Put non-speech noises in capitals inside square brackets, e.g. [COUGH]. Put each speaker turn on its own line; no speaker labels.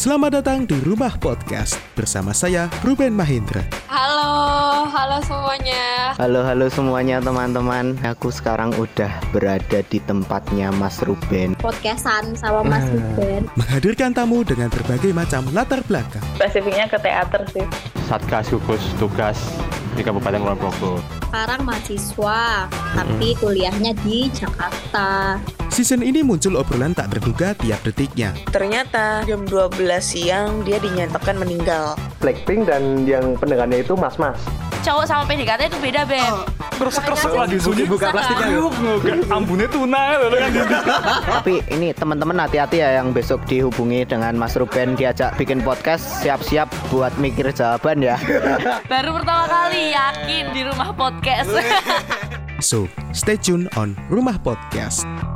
Selamat datang di Rumah Podcast bersama saya Ruben Mahindra.
Halo, halo semuanya.
Halo halo semuanya teman-teman. Aku sekarang udah berada di tempatnya Mas Ruben.
podcastan sama Mas
Ah.
Ruben.
Menghadirkan tamu dengan berbagai macam latar belakang.
spesifiknya ke teater sih
Satgas gugus tugas di Kabupaten Kulon Progo.
Sekarang mahasiswa, tapi kuliahnya di Jakarta.
Season ini muncul obrolan tak terduga tiap detiknya.
Ternyata jam 12 siang dia dinyatakan meninggal.
Blackpink dan yang pendengarnya itu mas-mas.
cowok sama PDKT itu beda Ben
Oh.
Tapi ini teman-teman hati-hati ya yang besok dihubungi dengan Mas Ruben diajak bikin podcast siap-siap buat mikir jawaban ya. [LAUGHS]
baru pertama
Eh.
kali yakin di rumah podcast
So, stay tune on Rumah Podcast.